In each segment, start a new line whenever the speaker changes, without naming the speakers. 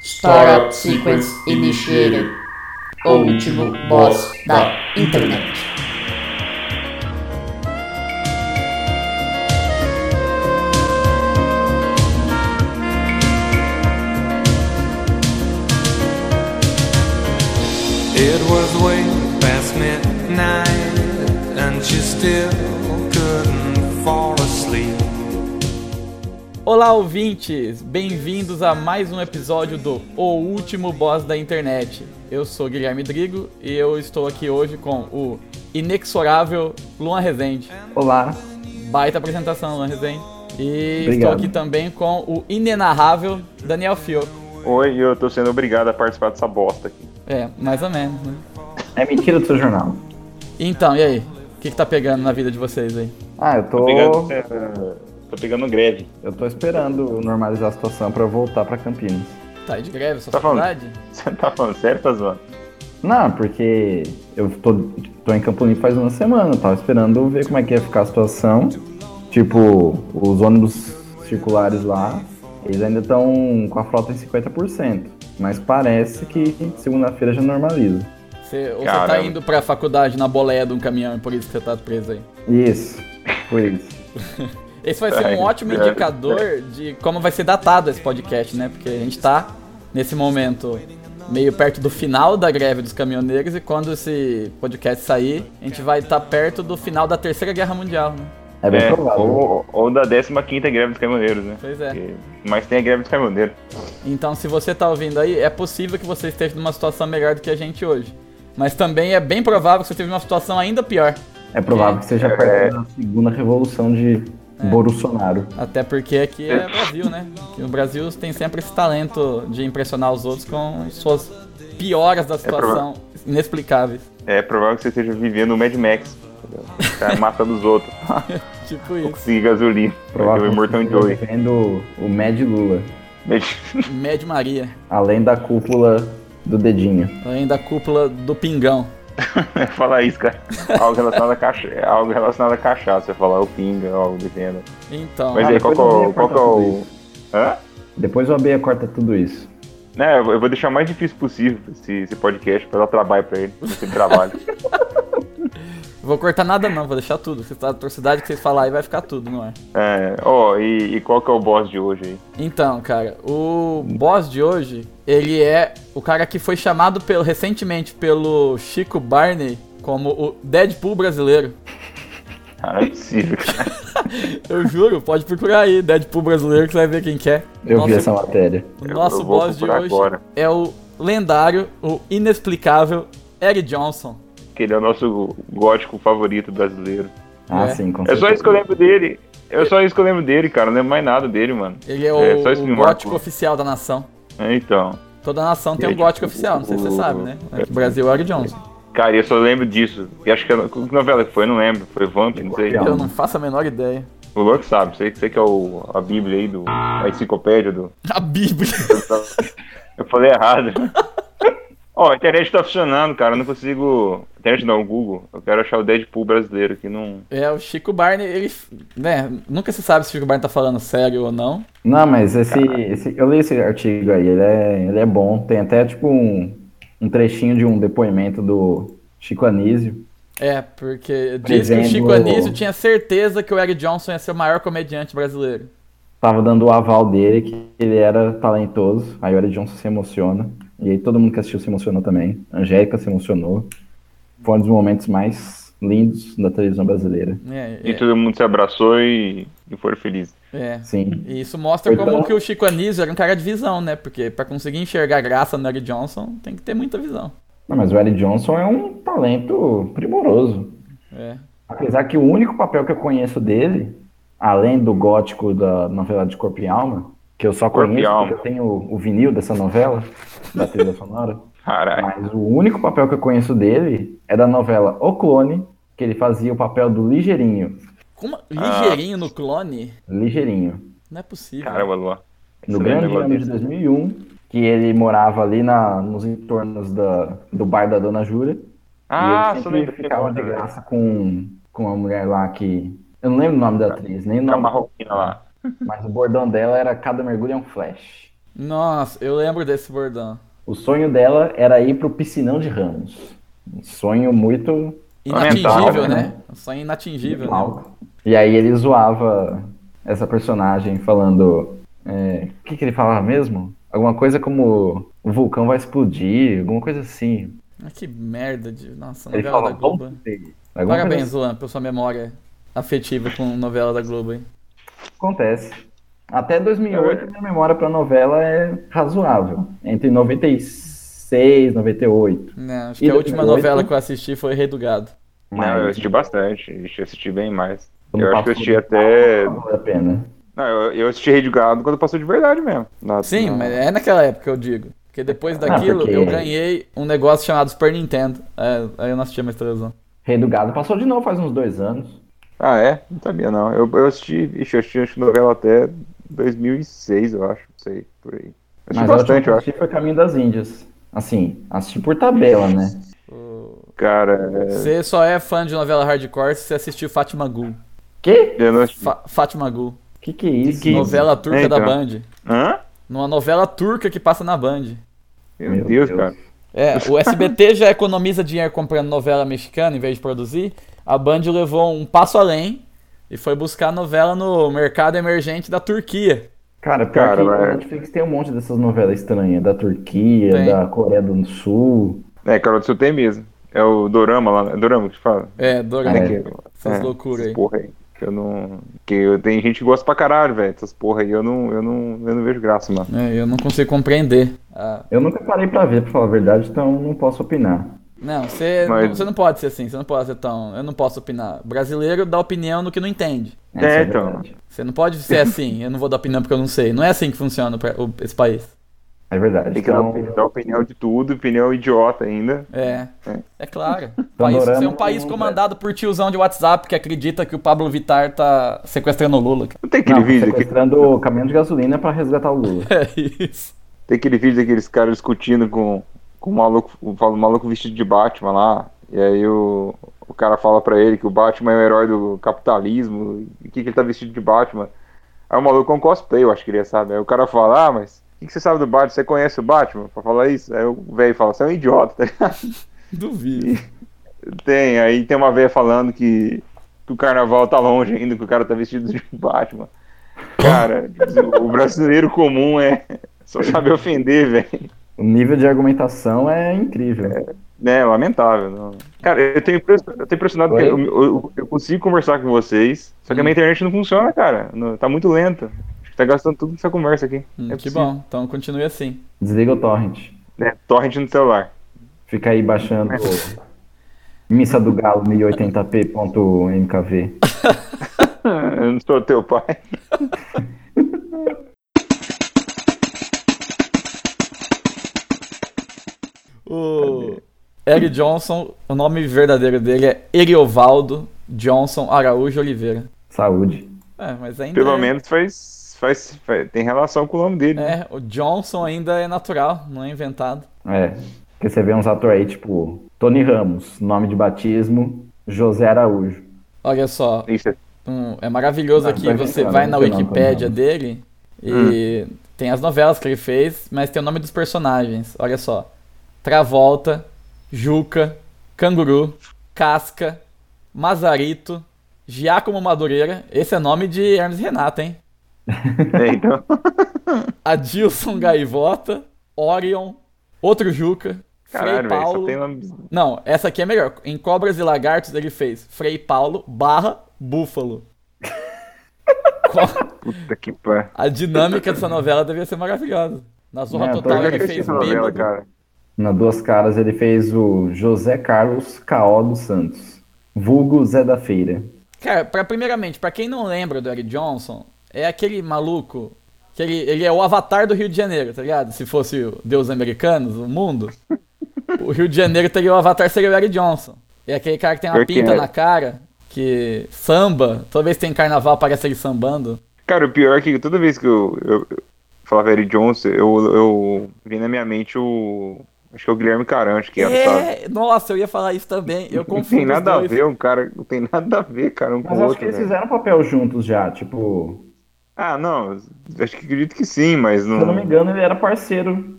Startup Sequence Initiated, o último boss da internet.
It was way past midnight, and she still couldn't fall asleep.
Olá, ouvintes! Bem-vindos a mais um episódio do O Último Boss da Internet. Eu sou Guilherme Drigo e eu estou aqui hoje com o inexorável Luan Rezende.
Olá,
Baita apresentação, Luan Rezende. E estou
Obrigado.
aqui também com o inenarrável Daniel Fio.
Oi, e eu tô sendo obrigado a participar dessa bosta aqui.
É, mais ou menos, né?
é mentira do seu jornal.
Então, e aí? O que, que tá pegando na vida de vocês aí?
Ah, eu
Tô pegando,
tô,
é, tô pegando greve.
eu tô esperando normalizar a situação pra eu voltar pra Campinas.
Tá aí de greve, sua
Tá falando.
faculdade?
Você tá falando sério, tá zoando?
Não, porque eu tô, tô em Campo Limpo faz uma semana, eu tava esperando ver como é que ia ficar a situação. Tipo, os ônibus circulares lá, eles ainda estão com a frota em 50%, mas parece que segunda-feira já normaliza.
Você, ou você tá
Caramba.
indo pra faculdade na boleia de um caminhão e por isso que você tá preso aí?
Isso, foi isso.
Esse vai ser um
Ai,
ótimo
cara.
indicador de como vai ser datado esse podcast, né? Porque a gente tá nesse momento meio perto do final da greve dos caminhoneiros e quando esse podcast sair, a gente vai estar perto do final da Terceira Guerra Mundial, né?
É bem
É,
provável.
ou, ou da 15ª greve dos caminhoneiros, né?
Pois é.
Porque- Mas tem a greve dos caminhoneiros.
Então, se você tá ouvindo aí, é possível que você esteja numa situação melhor do que a gente hoje. Mas também é bem provável que você esteja numa situação ainda pior.
É provável que seja perto
É.
da segunda revolução de Bolsonaro.
Até porque aqui é Brasil, né? Aqui no Brasil tem sempre esse talento de impressionar os outros com suas pioras da situação inexplicáveis.
É provável que você esteja vivendo o Mad Max. entendeu? Tá matando os outros.
Tipo
Não
isso.
consegui gasolina.
Provavelmente
Provável. O Imortão de
estamos
hoje.
assim, vendo o Mad Lula,
Mad Maria.
além da cúpula do dedinho.
Além da cúpula do pingão.
Falar isso, cara. Algo relacionado a, cacha... é algo relacionado a cachaça. Você falar o pinga, algo do gênero.
Então.
Mas
Ah,
aí, qual que é
depois eu vou
o. Qual que é o... Hã?
Depois o AB corta tudo isso.
Né, eu vou- eu vou deixar o mais difícil possível esse, esse podcast pra dar trabalho pra ele, pra esse trabalho. é-
Vou cortar nada não, vou deixar tudo. Se tá a atrocidade que vocês falar aí vai ficar tudo, não é?
É, ó, e, e qual que é o boss de hoje aí?
Então, cara, o boss de hoje, ele é o cara que foi chamado pelo, recentemente pelo Chico Barney como o Deadpool brasileiro.
Ah, não é possível, cara.
Eu juro, pode procurar aí, Deadpool brasileiro, que você vai ver quem que é.
Eu vi
Nosso-
essa matéria.
O
Eu-
nosso
eu vou
boss de
procurar
hoje
agora.
é o lendário, o inexplicável Eric Johnson.
Que ele é o nosso gótico favorito brasileiro.
Ah,
É.
sim, com
É só
certeza.
isso que eu lembro dele. É só isso que eu lembro dele, cara. Não lembro mais nada dele, mano.
Ele é o,
É, só isso me
o gótico
marcou.
oficial da nação.
É, então.
Toda nação tem um
aí,
gótico
tipo,
oficial, não sei se você
o-
sabe, né? É que o Brasil é o Eric Johnson.
Cara, eu só lembro disso. E acho que eu, que novela que foi, não lembro. Foi Vamp, não sei.
Não.
Então, Eu não faço a menor ideia.
O Luan que sabe, sei, sei que é o, a Bíblia aí do. A enciclopédia do.
A Bíblia.
Tá- Eu falei errado. Ó, a internet tá funcionando, cara. Eu não consigo. Internet não, o Google. Eu quero achar o Deadpool brasileiro que não.
É, o Chico Barney, ele. Né, nunca se sabe se o Chico Barney tá falando sério ou não.
Não, mas esse, esse- Eu li esse artigo aí, ele é, ele é bom. Tem até tipo um, um trechinho de um depoimento do Chico Anísio.
É, porque diz que o
exemplo,
Chico Anísio tinha certeza que o Eric Johnson ia ser o maior comediante brasileiro.
Tava dando o aval dele, que ele era talentoso. Aí o Eric Johnson se emociona. E aí todo mundo que assistiu se emocionou também. A Angélica se emocionou. Foi um dos momentos mais lindos da televisão brasileira.
É,
E
é,
todo mundo se abraçou e, e foram felizes.
é.
Sim.
E isso mostra
Então-
como que o Chico Anísio era um cara de visão, né? Porque pra conseguir enxergar graça no Eric Johnson, tem que ter muita visão.
Não, mas o Eric Johnson é um talento primoroso.
É.
Apesar que o único papel que eu conheço dele, além do gótico da novela de Corpo e Alma, que eu só
Corpo e
conheço
Alma.
porque eu tenho o, o vinil dessa novela, da trilha sonora,
Caralho.
mas o único papel que eu conheço dele é da novela O Clone, que ele fazia o papel do Ligeirinho.
Como ligeirinho no clone?
Ligeirinho.
Não é possível.
Ah. Caramba, Luan.
No
Você
grande
lembra
ano de
disso?
2001, que ele morava ali na, nos entornos da, do bar da Dona Jura.
Ah,
e ele
só
sempre
lembro que
ficava de graça com, com a mulher lá que. Eu não lembro o nome da atriz, nem o
Uma
nome,
marroquina lá.
mas o bordão dela era cada mergulho é um flash.
Nossa, eu lembro desse bordão.
O sonho dela era ir pro piscinão de Ramos. Um sonho muito
Inatingível,
Lamentável,
né? Um sonho inatingível, né?
mal. E aí ele zoava essa personagem falando. é, O que, que ele falava mesmo? Alguma coisa como o vulcão vai explodir, alguma coisa assim.
Ah, que merda de. Nossa,
Ele
novela
fala,
da né, Globo.
"Vamos ver". Alguma coisa
Parabéns, Luan, pela sua memória afetiva com novela da Globo, hein?
Acontece. Até 2008, minha memória pra novela é razoável. Entre 96, 98.
Não, Né, acho
E
que a última
2008?
novela que eu assisti foi Redugado.
Não, eu
Mas
assisti bastante. Ixi, Eu assisti bem mais.
Quando
eu acho que
passou
eu assisti
de-
até.
não vale a pena.
Não, eu, eu assisti Rei de Gado quando passou de verdade mesmo. Na-
Sim,
na-
mas é naquela época, eu digo. Porque depois daquilo,
porque-
eu ganhei um negócio chamado Super Nintendo. É, aí eu não assistia mais televisão.
Rei do Gado passou de novo faz uns dois anos.
Ah, é? Não sabia, não. Eu, eu assisti, ixi, eu assisti acho, novela até 2006, eu acho. Não sei, por aí. Eu assisti
Mas
bastante,
a última que
eu
eu
acho.
assisti foi Caminho das Índias. Assim, assisti por tabela, né?
Cara, é,
Você só é fã de novela hardcore se você assistiu Fátima Gul.
Que?
eu não assisti.
Fa- Fátima Gul.
Que que é isso?
Que-
Novela turca da
então.
Band.
Hã?
Numa novela turca que passa na Band.
Meu,
Meu
Deus,
Deus.
cara.
É, o SBT já economiza dinheiro comprando novela mexicana em vez de produzir. A Band levou um passo além e foi buscar novela no mercado emergente da Turquia.
Cara, pior
Cara,
que
mas-
a Netflix tem um monte dessas novelas estranhas. Da Turquia,
Tem.
da Coreia do Sul.
É, cara, do seu tem mesmo. É o Dorama lá, é Dorama que fala.
É, Dora,
É,
É.
que,
essas
é,
loucuras
essas
aí.
porra aí. Que eu não. Que eu, tem gente que gosta pra caralho, velho. Essas porra aí, eu não, eu não, eu não vejo graça, mano.
É, eu não consigo compreender. Ah,
Eu nunca parei pra ver, pra falar a verdade, então não posso opinar.
não, você
Mas-
não, você não pode ser assim, você não pode ser tão. Eu não posso opinar. Brasileiro dá opinião no que não entende.
Essa
É,
a
então.
verdade.
Você não pode ser assim, eu não vou dar opinião porque eu não sei. Não é assim que funciona o pra- o- esse país.
É verdade.
Tem que dar opini- dar opinião de tudo, opinião idiota ainda.
É, é claro.
Panorama
País, você é um país
comum,
comandado por tiozão de WhatsApp que acredita que o Pablo Vittar tá sequestrando o Lula.
Não tem aquele
não, tá
vídeo que
sequestrando o caminhão de gasolina pra resgatar o Lula.
É isso.
Tem aquele vídeo daqueles caras discutindo com, com o maluco, o, fala- o maluco vestido de Batman lá. E aí o, o cara fala pra ele que o Batman é o herói do capitalismo. E que, que ele tá vestido de Batman? Aí o maluco é um cosplay, eu acho que ele sabe. Aí o cara fala, ah, mas o que, que você sabe do Batman? Você conhece o Batman? Pra falar isso? Aí o velho fala, você é um idiota, tá ligado?
Duvido.
Tem, aí tem uma velha falando que, que o carnaval tá longe ainda, que o cara tá vestido de Batman. Cara, o brasileiro comum é só sabe ofender, velho.
O nível de argumentação é incrível.
É, lamentável. não. Cara, eu tenho, impres- eu tenho impressionado
Oi?
que eu, eu- eu consigo conversar com vocês, só
Hum.
que a minha internet não funciona, cara. Não- tá muito lenta. Acho que tá gastando tudo nessa conversa aqui.
Hum,
É
que
possível.
bom, então continue assim.
Desliga o torrent.
É, torrent no celular.
Fica aí baixando
É.
o Missa do Galo 1080p.mkv.
Eu não sou teu pai.
O Eric Johnson, o nome verdadeiro dele é Eriovaldo Johnson Araújo Oliveira.
Saúde.
É, mas ainda
Pelo
é,
menos faz, faz, faz- Tem relação com o nome dele.
é, o Johnson ainda é natural, não é inventado.
É. Porque você vê uns atores aí, tipo, Tony Ramos, nome de batismo, José Araújo.
Olha só,
Isso é-
um- é maravilhoso
Não,
aqui,
tá
você
inventado,
vai
não
na
sei não,
Wikipédia
tá
dele e
Hum.
tem as novelas que ele fez, mas tem o nome dos personagens. Olha só. Travolta, Juca, Canguru, Casca, Mazarito, Giacomo Madureira. Esse é nome de Hermes e Renata, hein?
é, então.
Adilson Gaivota, Orion, outro Juca, Frei
Caralho, velho.
Paulo.
Só tem nome. bizarro.
Não, essa aqui é melhor. Em Cobras e Lagartos ele fez Frei Paulo barra Búfalo. Qual-
Puta que pariu.
A dinâmica dessa novela devia ser maravilhosa. Na Zorra
É,
Total
porque
Eu já
ele
assisti
Tá fez
essa novela,
bêbado.
cara.
Na Duas Caras ele fez o José Carlos Caó dos Santos. Vulgo Zé da Feira.
Cara, pra, primeiramente, pra quem não lembra do Eric Johnson, é aquele maluco que ele, ele é o avatar do Rio de Janeiro, tá ligado? Se fosse o Deus Americanos, o mundo, o Rio de Janeiro teria o avatar seria o Eric Johnson. É aquele cara que tem uma
Pior que
pinta
é.
na cara, que samba, toda vez que tem carnaval parece ele sambando.
Cara, o pior é que toda vez que eu, eu, eu falava Eric Johnson, eu, eu vi na minha mente o. Acho que é o Guilherme Carancho que era, sabe?
É, nossa, eu ia falar isso também. Eu
Não
confundo
tem nada
os
a
dois.
ver, um cara. Não tem nada a ver, cara, um com
Mas
o
acho que
outro.
eles
velho.
fizeram papel juntos já, tipo.
Ah, não. Acho que acredito que sim, mas não.
Se eu não me engano, ele era parceiro.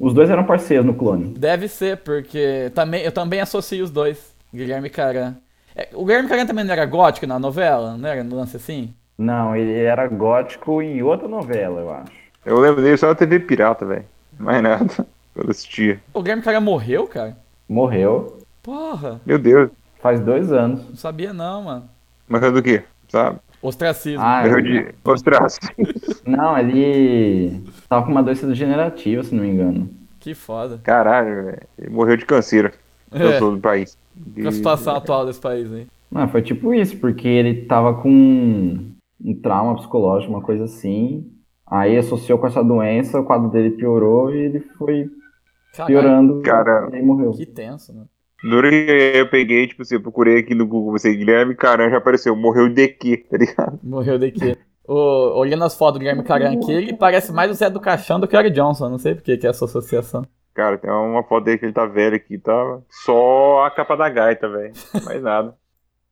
Os dois eram parceiros no clone.
Deve ser, porque também, eu também associo os dois, Guilherme Caran. É, O Guilherme Caran também não era gótico na novela? Não era no lance assim?
Não, ele era gótico em outra novela, eu acho.
Eu lembro dele só na TV Pirata, velho. Mais nada. Quando eu assistia.
O Guilherme Caran morreu, cara?
Morreu
Porra,
Meu Deus.
faz dois anos.
não sabia não, mano.
Mas é do quê? Sabe?
Ostracismo.
Ah,
Errou
é.
de. Ostras.
não, ele tava com uma doença degenerativa, se não me engano.
Que foda.
Caralho, velho. Ele morreu de canseira.
É.
Eu sou do país.
Com a situação atual desse país aí.
Não, foi tipo isso, porque ele tava com um trauma psicológico, uma coisa assim. Aí associou com essa doença, o quadro dele piorou e ele foi
Caralho,
piorando
Cara.
e aí morreu.
que tenso, mano.
Durante eu peguei, tipo assim, eu procurei aqui no Google, você Guilherme Caran já apareceu, morreu de quê, tá ligado?
Morreu de quê? O, olhando as fotos do Guilherme Caran aqui, ele parece mais o Zé do Caixão do que o Eric Johnson. Não sei por que que é essa associação.
Cara, tem uma foto dele que ele tá velho aqui, tá? Só a capa da gaita, velho. Mais nada.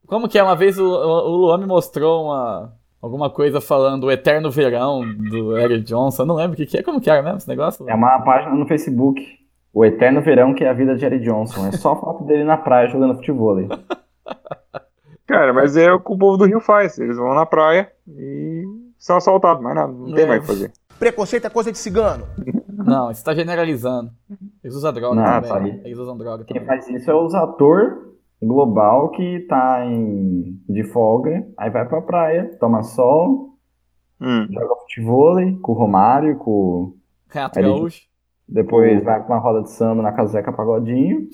Como que é? Uma vez o, o, o Luan me mostrou uma, alguma coisa falando o Eterno Verão do Eric Johnson. Eu não lembro o que, que é. Como que era mesmo esse negócio?
É uma página no Facebook. O Eterno Verão, que é a vida de Jerry Johnson. É só a foto dele na praia jogando futebol.
Cara, mas é o que o povo do Rio faz. Eles vão na praia e são assaltados, mais nada. Não tem
É.
mais o que fazer.
Preconceito é coisa de cigano.
Não, você tá generalizando. Eles usam droga
Não,
também. né?
tá aí.
Eles usam droga
Quem
também.
faz isso é os ator global que tá em, de folga, aí vai pra praia, toma sol,
Hum.
joga futebol com o Romário, com...
Renato
Eric-
Gaúcho.
depois vai pra uma roda de samba na casa do Zeca Pagodinho.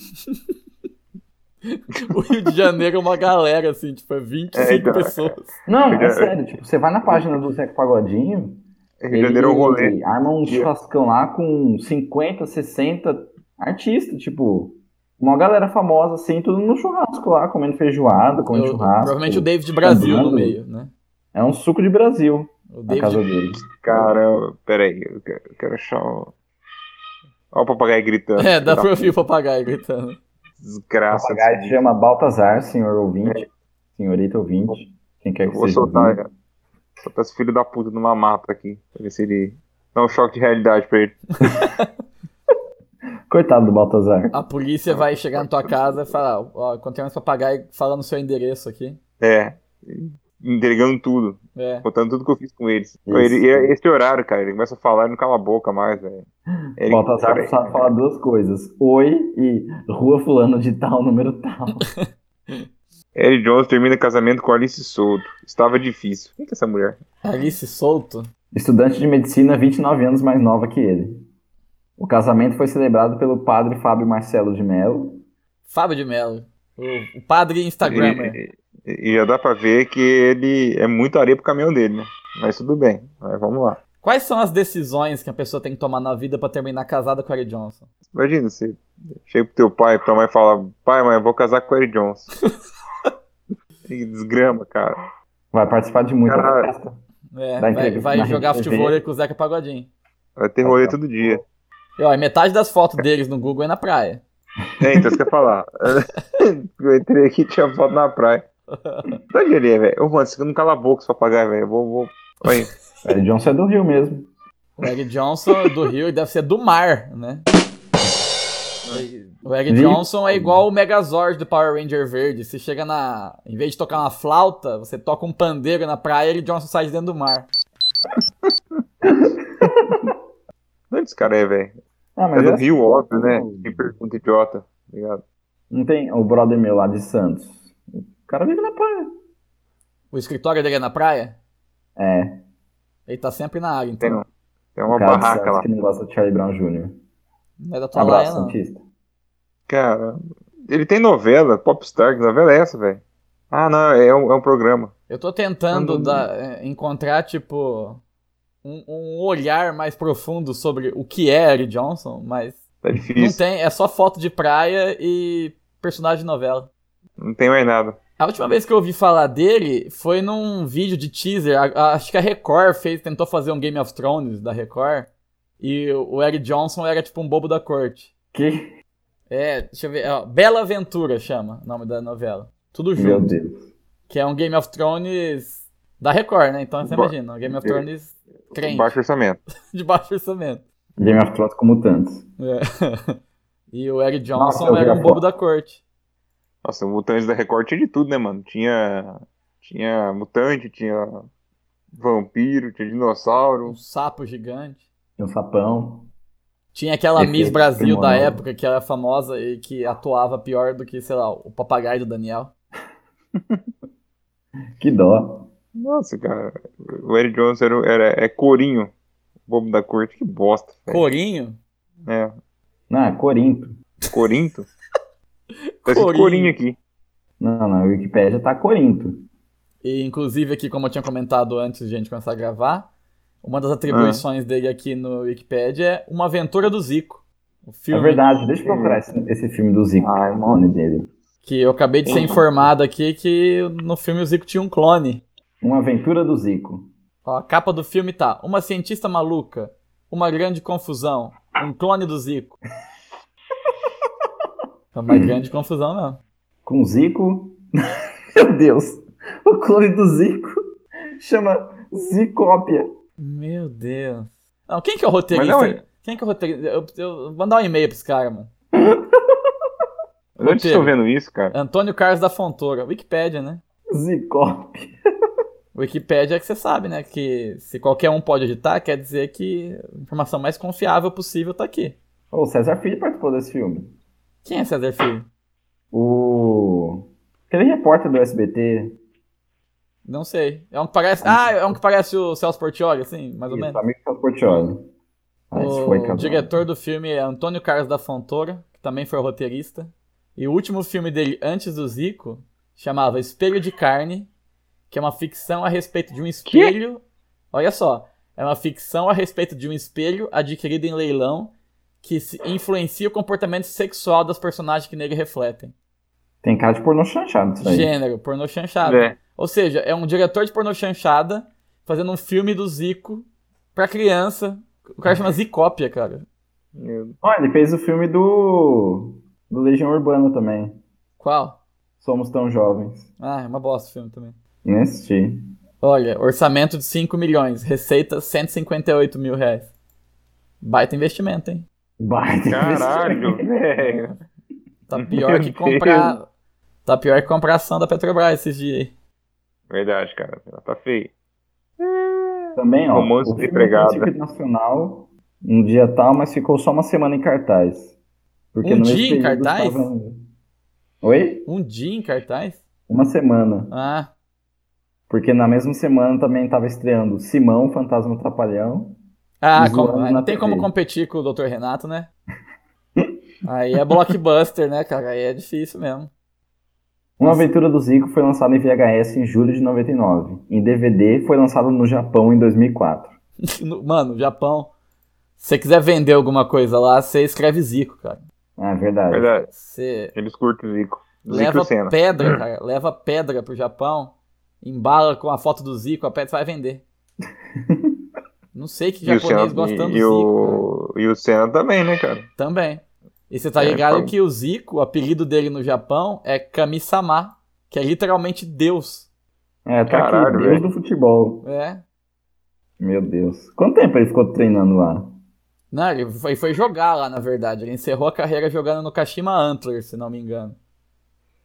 O Rio de Janeiro é uma galera, assim, tipo, é 25
É, então,
pessoas.
Não,
Ele
é
é-
sério, tipo, você vai na página do Zeca Pagodinho,
Rio de Janeiro é um rolê.
ele arma um
Yeah.
churrascão lá com 50, 60 artistas, tipo, uma galera famosa assim, tudo no churrasco lá, comendo feijoada, comendo
Eu-
churrasco.
provavelmente o David Brasil no
andando.
meio, né?
É um suco de Brasil
O
na casa
David.
dele.
Caramba, peraí, eu quero, eu quero achar o. Olha o papagaio gritando.
É, dá pra ouvir o papagaio gritando.
O
Desgraça.
papagaio se chama Baltazar, senhor ouvinte, senhorita ouvinte, quem quer
Eu
que
vou
seja.
soltar,
ouvindo.
cara. Soltar esse filho da puta numa mata aqui. Pra ver se ele. Dá um choque de realidade pra ele.
Coitado do Baltazar.
A polícia vai chegar na tua casa e falar, ó, encontrei uns papagaio falando o seu endereço aqui.
É. Entregando tudo.
É.
Contando tudo que eu fiz com eles.
Isso.
Ele, e é esse horário, cara, ele começa a falar e não cala a boca mais, velho. Ele- tá
Baltazar sabe falar duas coisas: oi e rua fulano de tal, número tal.
Eric Jones termina casamento com Alice Souto. Estava difícil. Quem que é essa mulher?
Alice solto.
Estudante de medicina 29 anos mais nova que ele. O casamento foi celebrado pelo padre Fábio Marcelo de Mello.
Fábio de Mello.
Hum.
O, o padre Instagrammer.
E, e- e já dá pra ver que ele é muito areia pro caminhão dele, né? Mas tudo bem. Mas vamos lá.
Quais são as decisões que a pessoa tem que tomar na vida pra terminar casada com a Eric Johnson?
Imagina, você chega pro teu pai, tua mãe fala, pai, mãe, eu vou casar com o Eric Jones. que desgrama, cara.
Vai participar de muita
Caralho.
festa.
É,
Dá
vai,
entrevista
vai
na
jogar
Rede
futebol
TV.
com o Zeca Pagodinho.
Vai ter rolê todo dia.
E, ó, e metade das fotos deles no Google é na praia.
É, então você quer falar. eu entrei aqui e tinha foto na praia. Tá de ali, velho. Ô, mano, você não cala a boca, seu papagaio, velho. Eu vou, vou. Olha aí.
É, Johnson é do Rio mesmo.
O Eric Johnson do Rio ele deve ser do mar, né? O Eric
Sim.
Johnson é igual o Megazord do Power Ranger Verde. Você chega na. Em vez de tocar uma flauta, você toca um pandeiro na praia e Eric Johnson sai de dentro do mar.
Onde esse cara é, velho?
Ah, mas
É do
assim,
Rio, óbvio, né? Que pergunta idiota. tá Obrigado.
Não tem o brother meu lá de Santos. O cara vive na praia.
O escritório dele é na praia?
É,
Ele tá sempre na área,
Tem,
então.
um- tem
o
uma
cara de
barraca
Santos
lá.
que não gosta de Charlie Brown Jr.
Não é da tua laia,
Abraço,
não.
Santista.
Cara, ele tem novela, Popstar, que novela é essa, velho? Ah, não, é um, é um programa.
Eu tô tentando
Hum.
dar- é, encontrar, tipo, um, um olhar mais profundo sobre o que é Eric Johnson, mas
Uhum.
Tá
não
difícil.
tem. É só foto de praia e personagem de novela.
Não tem mais nada.
A última vez que eu ouvi falar dele foi num vídeo de teaser. A- a- acho que a Record fez, tentou fazer um Game of Thrones da Record. E o o Eric Johnson era tipo um bobo da corte.
Que?
É, deixa eu ver. ó, Bela Aventura chama o nome da novela. Tudo
Meu
junto.
Deus.
Que é um Game of Thrones Da Record, né? Então você
Ba-
imagina, o
é,
Game of Thrones crente,
Baixo orçamento.
de baixo orçamento.
Game of Thrones com mutantes.
É. E o Eric
Nossa,
Johnson
eu vi
era
a
um bobo
foto.
da corte.
Nossa, o Mutantes da Record tinha de tudo, né, mano? Tinha. Tinha mutante, tinha vampiro, tinha dinossauro.
Um sapo gigante.
Tinha um sapão.
Tinha aquela
Efeito
Miss Brasil da
primoroso.
época que era famosa e que atuava pior do que, sei lá, o papagaio do Daniel.
Que dó.
Nossa, cara. O Eric Johnson era, era- é corinho. Bobo da corte, que bosta. velho.
Corinho?
É,
Não, é Corinto.
Corinto. Tá escrito
Corinho.
corinho aqui.
Não, não, a Wikipédia tá Corinto.
E inclusive aqui, como eu tinha comentado antes de a gente começar a gravar, uma das atribuições
Ah.
dele aqui no Wikipedia é Uma Aventura do Zico. O
É
filme
verdade, deixa eu procurar esse, esse filme do Zico.
Ai,
o
mano.
nome dele.
que eu acabei de ser informado aqui que no filme o Zico tinha um clone.
Uma aventura do Zico.
Ó, a capa do filme tá: Uma cientista maluca, uma grande confusão, um clone do Zico. É uma grande confusão, não.
Com Zico. Meu Deus! O clone do Zico chama Zicópia.
Meu Deus. Não, quem que é o roteirista?
Mas não,
Quem que é o roteirista? Eu, eu vou mandar um e-mail pros caras, mano.
Eu não estou vendo isso, cara.
Antônio Carlos da Fontoura. Wikipédia, né?
Zicópia.
Wikipédia é que você sabe, né? Que se qualquer um pode editar, quer dizer que a informação mais confiável possível tá aqui.
Ô, O César Filho participou desse filme.
Quem é César Filho?
O. Aquele repórter do SBT.
Não sei. É um que parece. Ah, é um que parece o Celso Portioli, assim, mais ou
isso,
menos.
amigo do Portioli. Ah, esse foi,
O
casado.
diretor do filme é Antônio Carlos da Fontoura, que também foi roteirista. E o último filme dele, antes do Zico, chamava Espelho de Carne, que é uma ficção a respeito de um espelho. Olha só, é uma ficção a respeito de um espelho adquirido em leilão que se- influencia o comportamento sexual das personagens que nele refletem.
Tem cara de pornô chanchado isso aí.
Gênero, pornô chanchado.
É.
Ou seja, é um diretor de pornô chanchada fazendo um filme do Zico pra criança. O cara chama Zicópia, cara.
Eu-
Ó, ele fez o filme do. do Legião Urbana também.
Qual?
Somos tão jovens.
Ah, é uma bosta o filme também.
Nem assisti.
Olha, orçamento de 5 milhões, receita 158 mil reais. Baita investimento, hein?
Baita
Caralho,
investimento.
velho.
Tá pior
Meu
que comprar. Tá pior que comprar ação da Petrobras esses dias aí.
Verdade, cara. Ela tá feia.
Também, ó.
Romance
o filme
Empregada.
foi circuito nacional, um dia tal, mas ficou só uma semana em cartaz. Porque
Um
no mesmo
dia em
período
cartaz?
estava- Oi?
Um dia em cartaz?
Uma semana.
Ah,
Porque na mesma semana também tava estreando Simão, Fantasma Atrapalhão.
ah
Zoando
como-
na
não tem
TV.
como competir com o Dr. Renato, né? Aí é blockbuster, né, cara? Aí é difícil mesmo.
Uma
Nossa.
Aventura do Zico foi lançado em VHS em julho de 99. Em DVD foi lançado no Japão em 2004.
No- Mano, Japão. Se você quiser vender alguma coisa lá, você escreve Zico, cara.
Ah, é verdade.
Verdade.
Você.
Eles curtem o Zico. Zico e
Leva
o Senna.
pedra, cara. Leva pedra pro Japão. Embala com a foto do Zico, a pedra você vai vender. Não sei que
E o
japonês
Senna,
gostando do
e, e
Zico.
o, e o Senna também, né, cara?
cara. Também. E você tá
É,
ligado
fala.
que o Zico, o apelido dele no Japão é Kami-sama, que é literalmente Deus.
É, tá
Caralho,
aqui, Deus
velho.
do futebol.
É.
Meu Deus. Quanto tempo ele ficou treinando lá?
Não, ele foi, foi jogar lá, na verdade. Ele encerrou a carreira jogando no Kashima Antlers, se não me engano.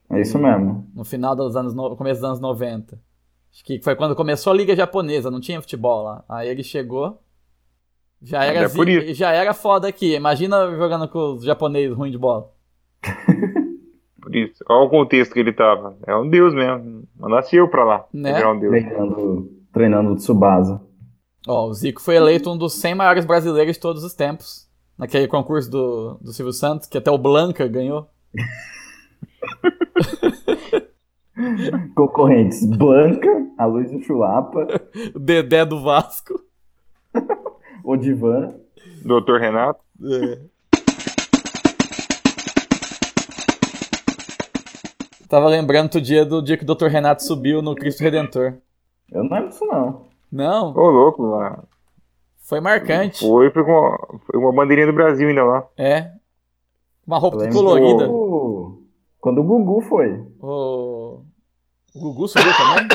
É isso mesmo.
No final dos anos, no... começo dos anos 90. Acho que foi quando começou a liga japonesa, não tinha futebol lá. Aí ele chegou, já era,
é
zi-
por isso.
já era foda aqui. Imagina jogando com os japoneses ruim de bola.
Por isso. Olha o contexto que ele tava. É um deus mesmo. Mas Nasceu pra lá.
Né?
pra virar um deus.
Treinando, treinando o Tsubasa.
Ó, o Zico foi eleito um dos 100 maiores brasileiros de todos os tempos. Naquele concurso do, do Silvio Santos, que até o Blanca ganhou.
Concorrentes: Blanca, a Luiz Chulapa,
O Dedé do Vasco.
Odivan.
Doutor Renato.
Tava lembrando outro dia do dia que o Dr. Renato subiu no Cristo Redentor.
Eu não lembro disso, não.
Não,
Ô, louco, lá.
foi marcante.
Foi, foi com uma, foi uma bandeirinha do Brasil ainda lá.
É. Uma
Eu
roupa
lembro
colorida.
do- Quando o Gugu foi.
O... o Gugu subiu também?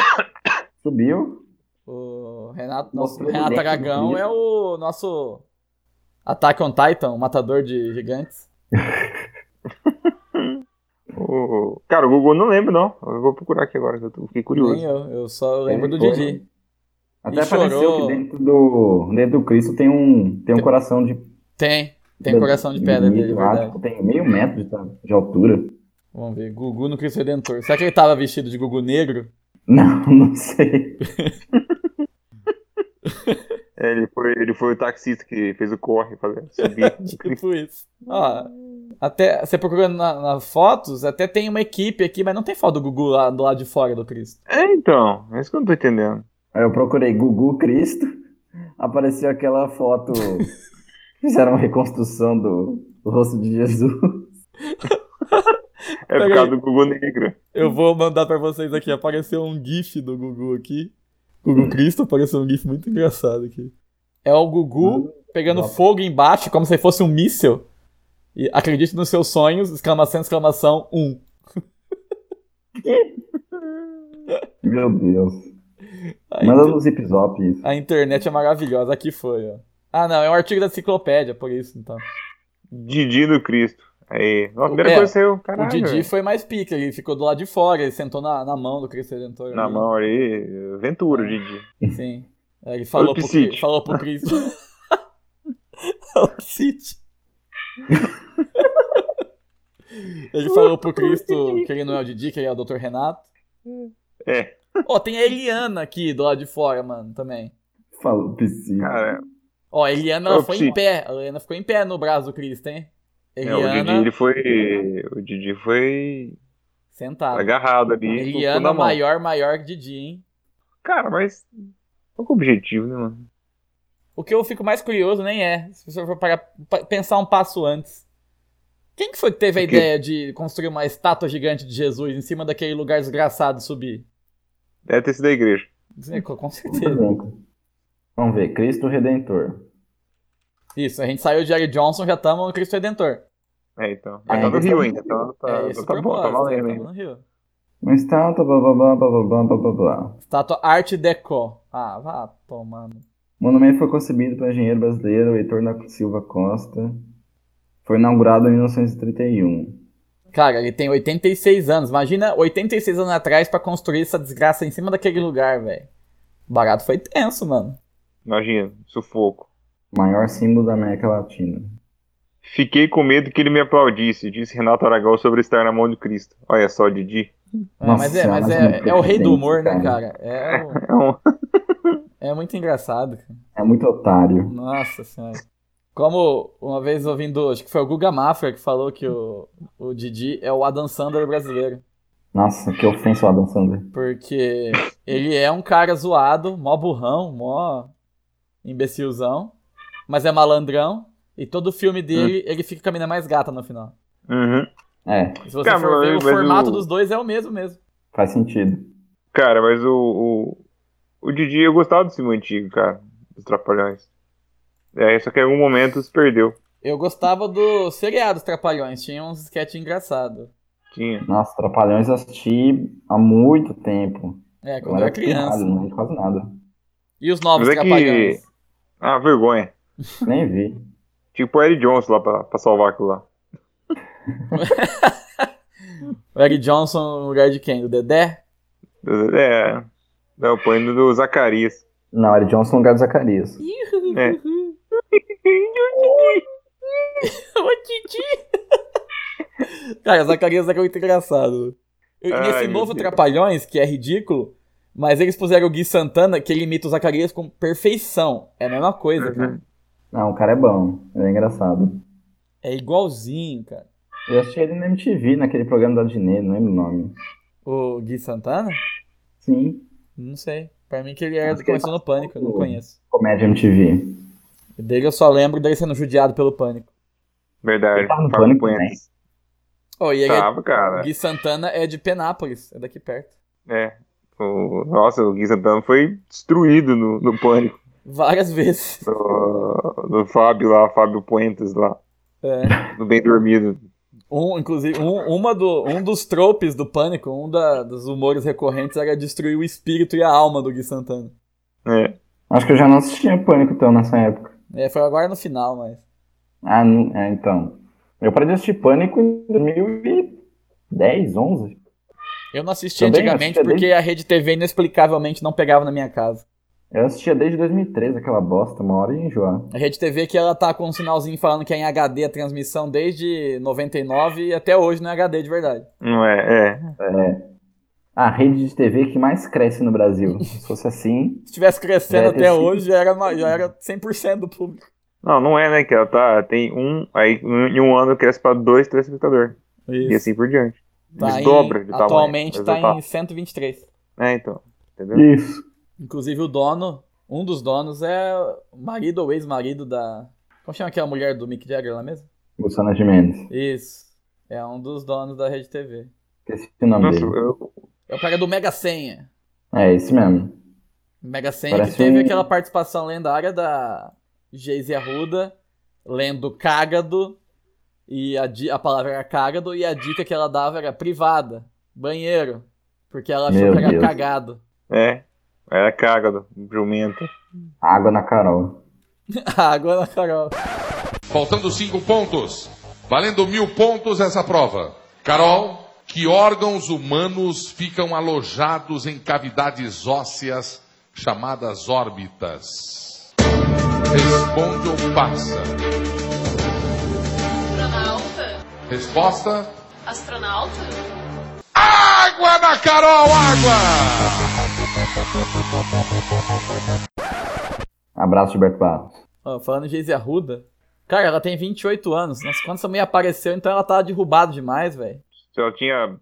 Subiu.
O Renato, nosso,
Mostrou
Renato
o Mac
Aragão
no
é o nosso Attack on Titan, o matador de gigantes.
O- Cara, o Google não lembro, não. Eu vou procurar aqui agora, que eu tô- fiquei curioso.
Nem eu, eu só lembro do
foi,
Didi.
Até
E chorou.
apareceu que dentro do, dentro do Cristo tem um, tem um coração de.
Tem, tem coração de pedra dele, é
lá,
verdade.
tipo, tem meio metro de, de altura.
Vamos ver, Gugu no Cristo Redentor. Será que ele tava vestido de Gugu negro?
Não, não sei.
É, ele, foi, ele foi o taxista que fez o corre pra subir.
Tipo isso. Ó, até, você procurando na- nas fotos, até tem uma equipe aqui, mas não tem foto do Gugu lá do lado de fora do Cristo.
é, então, é isso que eu não tô entendendo.
Aí eu procurei Gugu Cristo, apareceu aquela foto. Fizeram uma reconstrução do, do rosto de Jesus.
É por
Peraí.
causa do Google Negro.
Eu vou mandar pra vocês aqui, apareceu um gif do Gugu aqui. Gugu Cristo, apareceu um gif muito engraçado aqui. É o Gugu pegando
nossa.
fogo embaixo, como se fosse um míssil. E acredite nos seus sonhos, exclamação, exclamação, um.
Meu Deus.
A,
Manda
inter-
no zip zop isso.
a internet é maravilhosa, aqui foi, ó. Ah não, é um artigo da enciclopédia, por isso então.
Didi do Cristo. Aí. Nossa, primeira
É,
coisa saiu.
o
Caralho.
Didi foi mais pica, ele ficou do lado de fora, ele sentou na, na mão do Cristo Redentor.
Na
ali.
mão aí.
É.
Ventura, Didi.
Sim. Aí ele falou pro,
Psite.
Cri- falou pro Cristo. É o Psite. ele falou pro Cristo que ele não é o Didi, que ele é o Dr. Renato.
É.
Ó, tem a Eliana aqui do lado de fora, mano, também.
Falou psico.
Cara,
Ó, a Eliana
É
ela
o
foi em
Psite.
pé. A Eliana ficou em pé no braço do Cristo, hein?
é, o Didi
Eliana
ele foi. O Didi foi
sentada.
agarrado ali. com o cu
Eliana
na mão.
maior, maior que Didi, hein?
Cara, mas. Qual que é o objetivo, né, mano?
O que eu fico mais curioso nem é, se você for parar, pa- pensar um passo antes. Quem que foi que teve a
O quê?
ideia de construir uma estátua gigante de Jesus em cima daquele lugar desgraçado subir?
Deve ter sido da igreja.
Sim, Com com certeza.
Vamos ver, Cristo Redentor.
Isso, a gente saiu de Jerry Johnson, já estamos no Cristo Redentor.
É, então. Mas
É,
tá no
isso
Rio
tá-
ainda. Tá, tá,
é esse o
tá bom, tá
propósito,
valendo
né? Tamo
ainda.
no Rio.
Uma estátua, blá blá blá blá blá blá blá blá.
Estátua Art Deco. Ah, vá tomando.
O monumento foi concebido pelo engenheiro brasileiro Heitor da Silva Costa. Foi inaugurado em 1931.
Cara, ele tem 86 anos. Imagina 86 anos atrás pra construir essa desgraça em cima daquele lugar, velho. O barato foi tenso, mano.
Imagina, sufoco.
Maior símbolo da América Latina.
Fiquei com medo que ele me aplaudisse, disse Renato Aragão sobre estar na mão de Cristo. Olha só, Didi.
É,
Nossa,
mas é, mas
mas é
é,
muito
é o rei do humor, né,
cara?
cara? É, o-
É um-
é muito engraçado. cara.
É muito otário.
Nossa senhora. Como uma vez ouvindo, acho que foi o Guga Mafra que falou que o, o Didi é o Adam Sandler brasileiro.
Nossa, que ofensa o Adam Sandler.
Porque ele é um cara zoado, mó burrão, mó imbecilzão, mas é malandrão. E todo filme dele,
É.
ele fica com a mina mais gata no final.
Uhum.
É,
E se você
Cara,
for ver, o
mas- mas
formato
o-
dos dois é o mesmo mesmo.
faz sentido.
Cara, mas o, o, o Didi, eu gostava desse filme antigo, cara, dos Trapalhões. É, só que em algum momento se perdeu.
Eu gostava do seriado dos Trapalhões, tinha uns sketch engraçado.
Tinha.
Nossa, Trapalhões eu assisti há muito tempo.
É,
Eu
quando eu
era
era criança.
criança, não lembro de quase nada.
E os novos
Mas é que-
Trapalhões?
Ah, vergonha.
Nem vi.
Tipo o Eric Johnson lá pra, pra salvar aquilo lá.
O Eric Johnson no lugar de quem? Do Dedé?
É. Não, põe no do Zacarias.
Não, era Johnson no lugar do Zacarias.
É.
Ô, Titi! Cara, o Zacarias é muito engraçado. E
Ai,
Nesse
meu
novo
Deus.
Trapalhões, que é ridículo, mas eles puseram o Gui Santana, que ele imita o Zacarias com perfeição. É a mesma coisa,
Uhum.
cara.
Não, o cara é bom. Ele é engraçado.
É igualzinho, cara.
Eu assisti ele na MTV, naquele programa da Dinê, não lembro o nome.
O Gui Santana?
Sim,
Não sei. Pra mim que ele era
Acho
do
que ele
Começando no Pânico, eu não
passou.
conheço.
comédia MTV.
Dele eu só lembro dele sendo judiado pelo Pânico.
Verdade.
Ele tava no
Fábio
Pânico
Puentes.
Oh, e ele é-
Tava, cara.
Gui Santana é de Penápolis, é daqui perto.
É. O- nossa, o Gui Santana foi destruído no, no pânico.
Várias vezes.
No, no Fábio lá, Fábio Puentes lá.
É.
No Bem Dormido.
Um, inclusive, um, uma do, um dos tropes do pânico, um da- dos humores recorrentes era destruir o espírito e a alma do Gui Santana.
É.
Acho que eu já não assistia Pânico então nessa época.
É, foi agora no final, mas.
Ah, não- é, então. Eu parei de assistir Pânico em 2010, 11.
Eu não assisti
Também
antigamente
assisti, né?
porque a Rede TV inexplicavelmente não pegava na minha casa.
Eu assistia desde 2013 aquela bosta, uma hora ia enjoar.
A Rede TV que ela tá com um sinalzinho falando que é em HD a transmissão desde 99 e até hoje não é HD de verdade.
Não é, é.
A rede de TV que mais cresce no Brasil. Se fosse assim,
Se estivesse crescendo
É,
até
esse-
hoje, já era, ma- já era 100% do público.
Não, não é, né? Que ela tá. Tem um. Aí em um ano cresce pra dois telespectadores. E
Isso.
assim por diante.
Tá em-
Desdobra de tamanho.
atualmente
mas
tá
não
em 123.
É, então. Entendeu?
isso.
Inclusive o dono, um dos donos é o marido ou ex-marido da... Como chama aquela mulher do Mick Jagger lá mesmo?
Luciana Gimenez.
Isso. É um dos donos da Rede TV.
Esqueci o nome
Nossa,
dele.
eu-
É o cara do Mega Senha.
É, esse mesmo.
Mega Senha
Parece
que teve
um-
aquela participação lendária da Geise Arruda, lendo Cágado, e a, di- a palavra era Cágado, e a dica que ela dava era privada, banheiro, porque ela achou
Meu
que era
Deus.
cagado.
é. Era cagado, jumento.
Água na Carol.
Água na Carol.
Faltando cinco pontos. Valendo mil pontos essa prova. Carol, que órgãos humanos ficam alojados em cavidades ósseas chamadas órbitas? Responde ou passa?
Astronauta?
Resposta:
Astronauta?
Água na Carol, água!
Abraço, Gilberto Barros.
Ó, falando em Geise Arruda, cara, ela tem 28 anos. Nossa, quando essa mulher apareceu, então ela tava derrubada demais, velho.
Ela tinha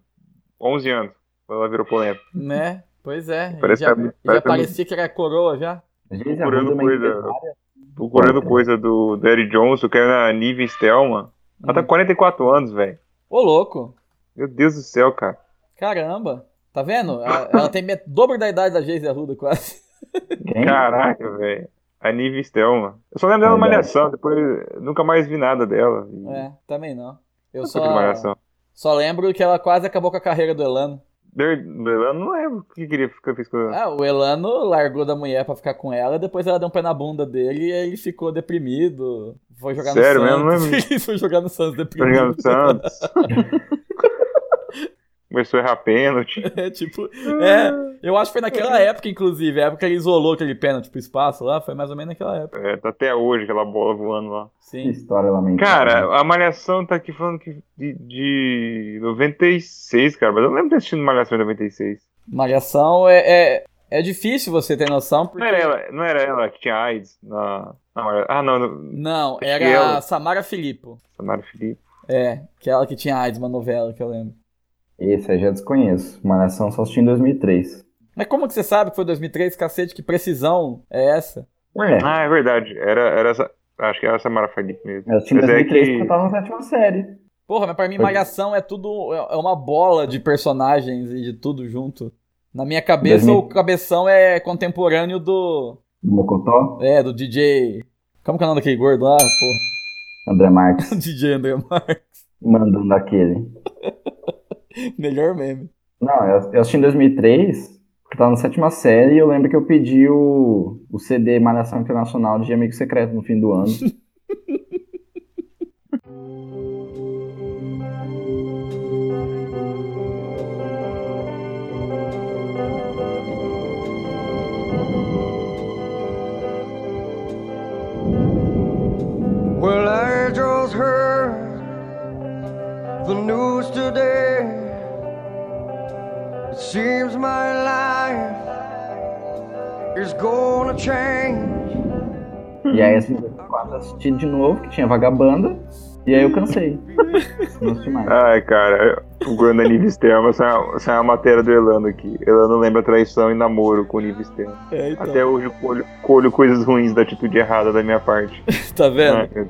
11 anos quando ela virou polêmica.
Né? Pois é. E
Parece
já,
que é-
e já
parece que é
parecia que era coroa já.
Geise
Procurando
Arruda é uma
coisa.
empresária.
Procurando
Quatro.
coisa do do Eric Johnson, que era na Nive Stelman. Ela tá
Hum.
com 44 anos, velho.
Ô, louco.
Meu Deus do céu, cara.
Caramba, tá vendo? Ela, ela tem met- dobro da idade da Geise Arruda, quase.
Quem?
Caraca, velho. A Nive Stelman. Eu só lembro dela na
Verdade.
Malhação, depois eu nunca mais vi nada dela. E-
É, também não. Eu
Não sei o que de
só,
Malhação.
só lembro que ela quase acabou com a carreira do Elano.
Eu eu não lembro o que queria ficar fez com ela.
Ah, o Elano largou da mulher pra ficar com ela, depois ela deu um pé na bunda dele e ele ficou deprimido. Foi jogar
Sério
no
mesmo, né,
Santos. Foi jogar no Santos
Tá
deprimido.
ligado? Santos. Começou a errar pênalti.
É, tipo, é, eu acho que foi naquela época, inclusive, a época que ele isolou aquele pênalti pro espaço lá, foi mais ou menos naquela época.
É, tá até hoje aquela bola voando lá.
Que
Sim.
história lamentável. né?
Cara, a Malhação tá aqui falando que de, de 96, cara, mas eu não lembro de assistir Malhação em 96.
Malhação é, é, é difícil você ter noção, porque.
Não era ela, não era ela que tinha AIDS na, na Malha- Ah, não, no-
Não,
Acho que
era
ela.
a Samara Filippo.
Samara Felipe.
É, que ela que tinha AIDS, uma novela que eu lembro.
Esse aí já desconheço. Malhação só assisti em 2003.
Mas como que você sabe que foi 2003? Cacete, que precisão é essa?
Ué,
Ah, é verdade. Era, era essa. Acho que era a Samara Felipe mesmo.
eu assisti em
Mas é
2003
que-
porque eu tava na sétima série.
Porra, mas pra mim,
Foi.
Malhação é tudo. É é uma bola de personagens e de tudo junto. Na minha cabeça,
2000.
o cabeção é contemporâneo do.
Do Mocotó,
É, do DJ. Como que é o nome daquele gordo lá? Porra,
André Marques
DJ André Mar.
mandando aquele.
Melhor meme.
Não, eu, eu assisti em 2003, porque eu tava na sétima série e eu lembro que eu pedi o, o CD Malhação Internacional de Amigo Secreto no fim do ano.
Well, I just heard the news today. It seems my life is gonna change.
e aí, assim, em 2004 eu assisti de novo, que tinha Vagabanda, e aí eu cansei. Não assisti mais.
Ai, cara, procurando a Nive Stelma, saiu saiu a matéria do Elano aqui. Elano lembra traição e namoro com Nive Stelma.
É, então.
Até hoje eu colho, colho coisas ruins da atitude errada da minha parte.
Tá vendo?
É,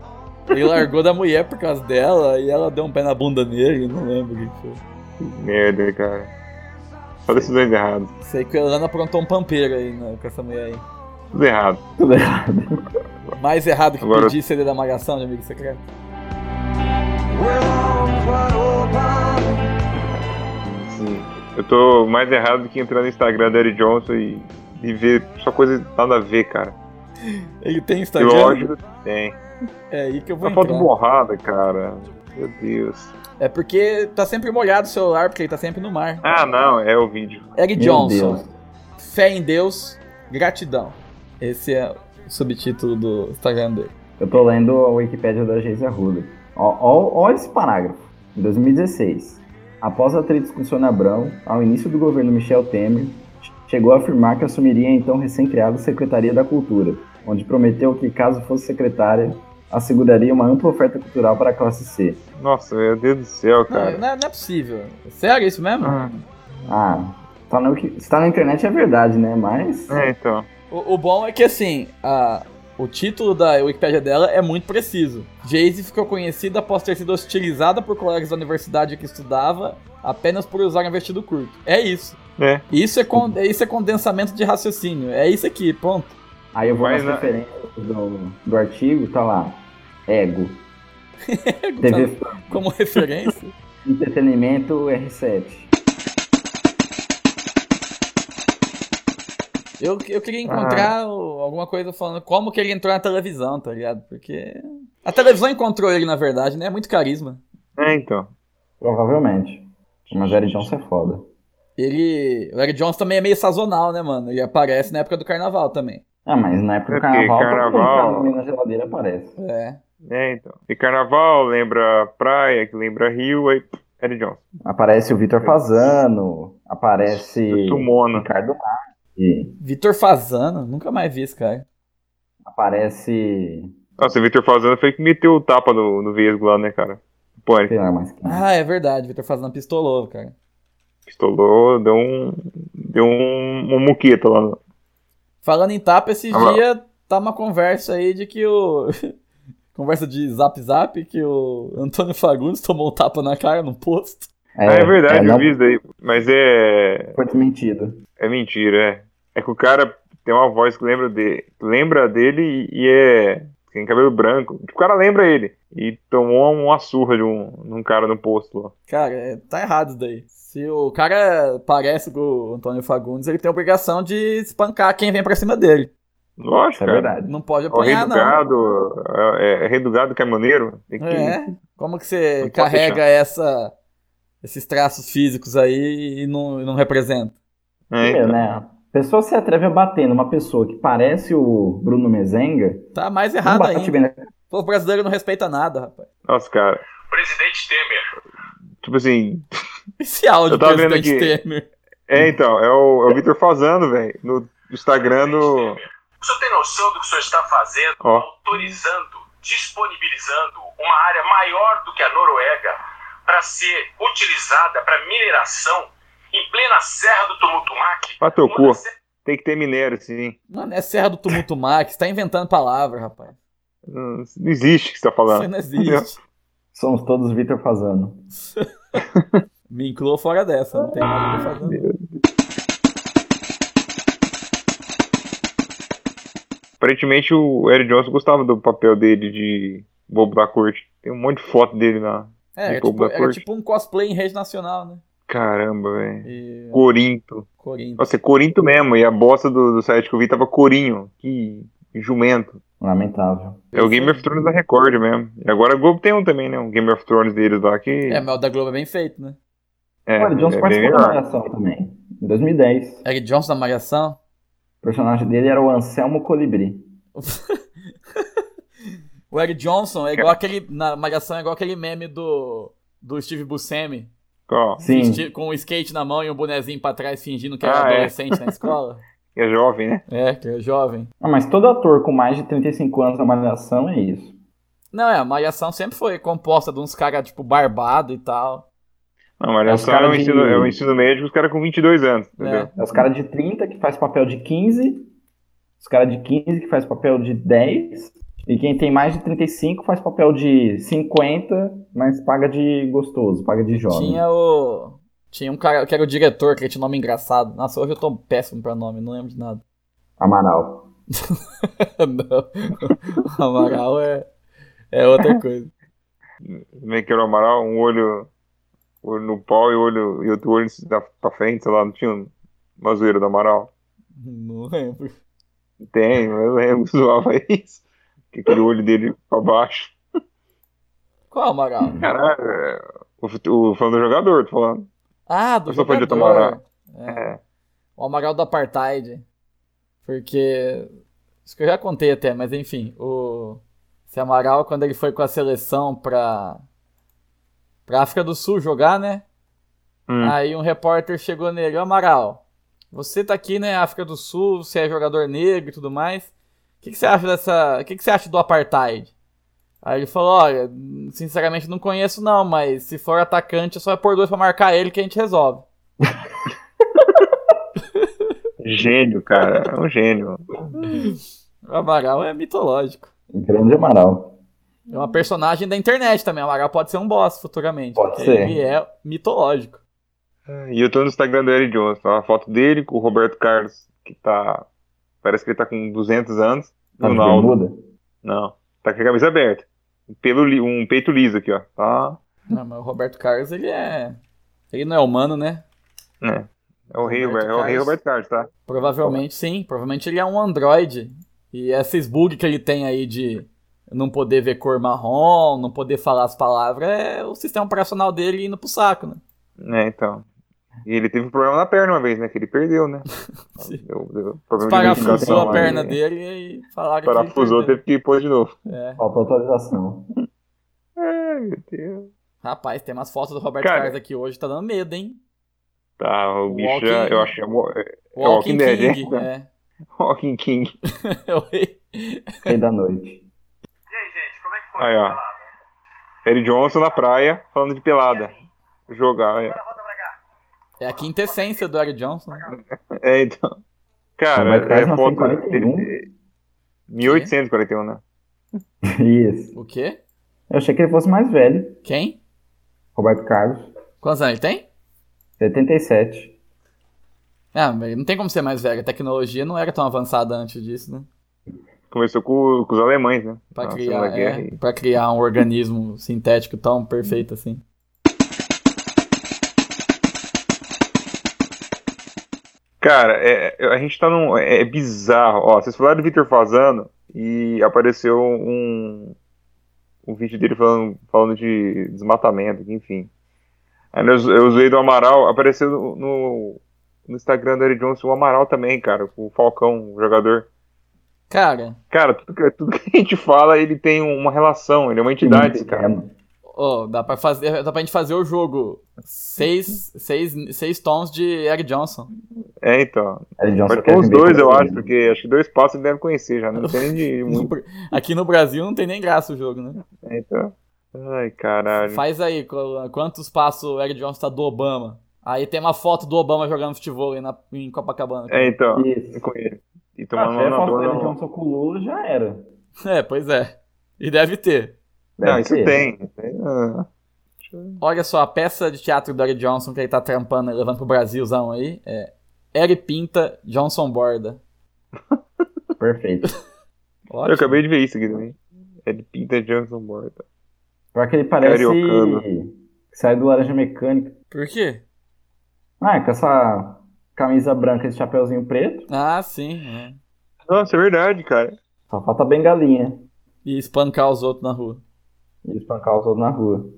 Ele largou da mulher por causa dela e ela deu um pé na bunda nele, não lembro o que foi.
merda, cara. Só decisões erradas.
Sei que o Elano aprontou um pampeiro aí né, com essa mulher aí.
Tudo errado.
Tudo errado.
Mais errado que
Agora-
pedir CD da Malhação de Amigo Secreto.
Well, I'm quite open.
Sim. Eu tô mais errado do que entrar no Instagram da Eric Johnson e de ver só coisa nada a ver, cara.
Ele tem
E
Instagram?
lógico, tem.
É aí que eu vou
Tá foto
entrar.
borrada, cara. Meu Deus.
É porque tá sempre molhado o celular, porque ele tá sempre no mar.
Ah, não, é o vídeo.
Eric
Meu
Johnson.
Deus.
Fé em Deus, gratidão. Esse é o subtítulo do Instagram dele.
Eu tô lendo a Wikipédia da Geisa Ruda. Ó, ó, ó esse parágrafo. Em 2016, após a treta com Sônia Abrão, ao início do governo Michel Temer, che- chegou a afirmar que assumiria a então recém-criada Secretaria da Cultura, onde prometeu que, caso fosse secretária, asseguraria uma ampla oferta cultural para a classe C.
Nossa, meu Deus do céu,
Não,
cara.
não é, não é possível. Sério isso mesmo?
Ah, tá no, que- se tá na internet é verdade, né? Mas.
É, então.
O, o bom é que assim, a- o título da Wikipédia dela é muito preciso. Jay-Z ficou conhecida após ter sido hostilizada por colegas da universidade que estudava apenas por usar um vestido curto. É isso.
É.
Isso é, con- isso é condensamento de raciocínio. É isso aqui, ponto.
Aí eu vou
Mas
nas
na-
referências do, do artigo, tá lá. Ego. TV Fama,
Como referência.
Entretenimento R7.
Eu, eu queria encontrar o- alguma coisa falando como que ele entrou na televisão, tá ligado? Porque. A televisão encontrou ele, na verdade, né? É muito carisma.
É, então.
Provavelmente. Mas era então você é foda.
Ele. O Eric Jones também é meio sazonal, né, mano? Ele aparece na época do carnaval também.
Ah, mas na época do
É porque
carnaval,
carnaval-
todo mundo tá na geladeira aparece.
É.
É, então. E carnaval lembra praia, que lembra rio, aí. pff, Eric Johnson.
Aparece o Vitor Fazano, aparece
Sumona.
Ricardo Marque,
Vitor Fazano, nunca mais vi esse cara.
aparece.
Nossa, Ah, o Vitor Fazano foi que meteu o tapa no, no Vesgo lá, né, cara? Pô, ele
sei lá mais quem.
Ah, é verdade, Vitor Fazano pistolou, cara.
pistolou, deu um. Deu um, uma muqueta lá. no-
Falando em tapa, esse
Ah,
dia tá uma conversa aí de que o. Conversa de zap zap que o Antônio Fagundes tomou um tapa na cara no posto.
Ah, é verdade,
não
eu vi isso daí. Mas é.
Foi desmentido.
É mentira, é. É que o cara tem uma voz que lembra, de, que lembra dele e é. Tem cabelo branco. O cara lembra ele. E tomou uma surra de um, de um cara no posto lá.
Cara, é- tá errado isso daí. Se o cara parece com o Antônio Fagundes, ele tem a obrigação de espancar quem vem pra cima dele.
Lógico,
Isso é
cara.
verdade.
Não pode
É o rei
apanhar,
do
Ah, não.
gado, é, é rei do gado que é maneiro. Tem que-
É. Como que
Não
você
pode
carrega
deixar.
essa, esses traços físicos aí e não, e não representa?
É,
Primeiro, né? A pessoa se atreve a bater numa pessoa que parece o Bruno Mezenga.
Tá mais
não
errado
bate
ainda.
bem né? na
O povo brasileiro não respeita nada, rapaz.
Nossa, cara. Presidente Temer. Tipo assim.
Esse áudio
Eu
do
tava vendo
presidente
aqui.
Temer.
É, então. É o, é o Vitor Fazano, velho. No Instagram no.
O senhor tem noção do que o senhor está fazendo,
Ó.
autorizando, disponibilizando uma área maior do que a Noruega para ser utilizada para mineração em plena Serra do Tumultumaque?
Pra teu
Uma
cu.
das serras
Tem que ter minério, sim.
Mano, é Serra do Tumulto Max, tá inventando palavra, rapaz.
Não não existe o que você tá
Isso aí
falando.
não existe.
Somos todos Vitor Fazano.
Me inclua fora dessa, não tem nada pra fazer.
Aparentemente o Eric Johnson gostava do papel dele de bobo da corte. Tem um monte de foto dele lá.
É, era
Ficou
tipo,
da
era
corte.
tipo um cosplay em rede nacional, né?
Caramba, velho.
E
Corinto.
Corinthians.
Nossa, é Corinto mesmo. E a bosta do, do site que eu vi tava Corinho. Que jumento.
Lamentável.
É o Game of Thrones da Record mesmo. E agora a Globo tem um também, né? Um Game of Thrones deles lá que.
É, mas o da Globo é bem feito, né?
é,
Olha, Johnson
é
participou da
bem melhor.
Malhação também. Em 2010.
Eric Johnson da Malhação.
O personagem dele era o Anselmo Colibri.
O Eric Johnson é igual aquele. Na Malhação é igual aquele meme do. Do Steve Buscemi,
Ó,
Sim.
vesti- com o skate na mão e um bonezinho pra trás, fingindo que era
Ah, é.
adolescente na escola.
é jovem, né?
É, que é jovem.
Ah, mas todo ator com mais de 35 anos na malhação é isso.
Não, é, a Malhação sempre foi composta de uns caras, tipo, barbado e tal.
Não, mas
É
é,
os
só é,
cara
um
de-
ensino, é um ensino médio, os caras com 22 anos, entendeu?
né?
É os caras de 30 que faz papel de 15, os caras de 15 que faz papel de 10, e quem tem mais de 35 faz papel de 50, mas paga de gostoso, paga de jovem.
Tinha o. Tinha um cara que era o diretor, que ele tinha nome engraçado. Nossa, hoje eu tô péssimo pra nome, não lembro de nada.
Amaral.
não. Amaral é. É outra coisa.
Meio que era o Amaral, um olho, um olho no pau e, olho, e outro olho na- pra frente, sei lá, não tinha uma zoeira do Amaral.
Não lembro.
Tem, eu lembro, zoava isso. Que Aquele olho dele pra baixo.
Qual, Amaral?
Caralho, é, o, fut- o falando do jogador, tô falando.
Ah, do
Eu sou fã de
jogador.
Itamará.
É. O Amaral do Apartheid. Porque. Isso que eu já contei até, mas enfim. O... Esse Amaral, quando ele foi com a seleção pra. pra África do Sul jogar, né?
Hum.
Aí um repórter chegou nele: Ô Amaral, você tá aqui, né? África do Sul, você é jogador negro e tudo mais. O que, que você acha dessa. O que, que você acha do Apartheid? Aí ele falou: Olha, sinceramente não conheço não, mas se for atacante é só pôr dois pra marcar ele que a gente resolve.
Gênio, cara. É um gênio.
O Amaral é mitológico.
Grande Amaral.
É uma personagem da internet também. O Amaral pode ser um boss futuramente.
Pode
porque
ser.
Ele é mitológico.
E eu tô no Instagram do Eric Jones, tá? A foto dele com o Roberto Carlos, que tá. Parece que ele tá com 200 anos.
Tá de
Ronaldo.
bermuda?
Não. Tá com a camisa aberta. Um Pelo li- um peito liso aqui, ó. Tá.
Não, mas o Roberto Carlos, ele é. Ele não é humano, né?
É, é o rei,
Roberto
Roberto, é o rei
Carlos.
Roberto Carlos, tá?
Provavelmente sim. Provavelmente ele é um android. E esses bugs que ele tem aí de não poder ver cor marrom, não poder falar as palavras, é o sistema operacional dele indo pro saco, né?
É, então. E ele teve um problema na perna uma vez, né? Que ele perdeu, né?
Sim.
Deu, deu problema de
Parafusou
identificação
a
lá,
perna
né?
dele e falaram que. ele
Parafusou,
perdeu.
teve que ir pôr de novo.
É.
Falta atualização.
Ai, meu Deus.
Rapaz, tem umas fotos do Roberto
Cara.
Carlos aqui hoje, tá dando medo, hein?
Tá, o bicho,
Walking-
eu achei. mo-
Walking
Walking Dead,
King. É.
né? Walking King.
Eu ri.
Rei da noite.
E aí, gente, como é que foi?
Aí, ó. Eric Johnson na praia, falando de pelada. Jogar, é.
É a quinta essência do Eric Johnson.
É, então.
Roberto
Cara, é
Carlos nasceu em
foto.
41.
ele- 1841, né?
Isso.
O quê?
Eu achei que ele fosse mais velho.
Quem?
Roberto Carlos,
Quantos anos ele tem?
77.
Ah, mas não tem como ser mais velho. A tecnologia não era tão avançada antes disso, né?
Começou com, com os alemães, né?
Pra
Na Segunda
criar,
Guerra
é,
e-
pra criar um organismo sintético tão perfeito assim.
Cara, é- é- a gente tá num. É, é bizarro. Ó, vocês falaram do Vitor Fazano e apareceu um, um vídeo dele falando, falando de desmatamento, enfim. Aí eu, zo- eu zoei do Amaral, apareceu no, no, no Instagram do Eric Johnson o Amaral também, cara, o Falcão, o jogador.
Cara,
Cara, tudo que, tudo que a gente fala, ele tem uma relação, ele é uma entidade, cara.
ó, dá pra fazer, dá pra gente fazer o jogo. Seis, seis, seis tons de Eric Johnson.
É, então.
Eric Johnson
Mas com
Kevin
os
Bacon,
dois, eu
né?
acho, porque acho que dois passos ele deve conhecer já, né? não tem nem de muito.
Aqui no Brasil não tem nem graça o jogo, né?
né, Então. Ai, caralho.
Faz aí, co- quantos passos o Eric Johnson tá do Obama? Aí tem uma foto do Obama jogando futebol aí na, em Copacabana.
É, então.
Isso.
com ele. E
Ah,
tomando
se
uma
é
na
foto do
bola,
Eric
não.
Johnson com o Lula, já era.
É, pois é. E deve ter.
Deve
Não, isso
ter.
tem. tem, ah.
Olha só, a peça de teatro do Eric Johnson que ele tá trampando e levando pro Brasilzão aí é Eric Pinta, Johnson Borda.
Perfeito.
Eu
Ótimo.
acabei de ver isso aqui também. É de Pinta Johnson Borda.
Pior que ele parece
Cariocano.
que sai do Laranja Mecânica.
Por quê?
Ah, com essa camisa branca e esse chapéuzinho preto,
Ah, sim. é.
Nossa, é verdade, cara.
só falta a bengalinha.
E espancar os outros na rua.
E espancar os outros na rua.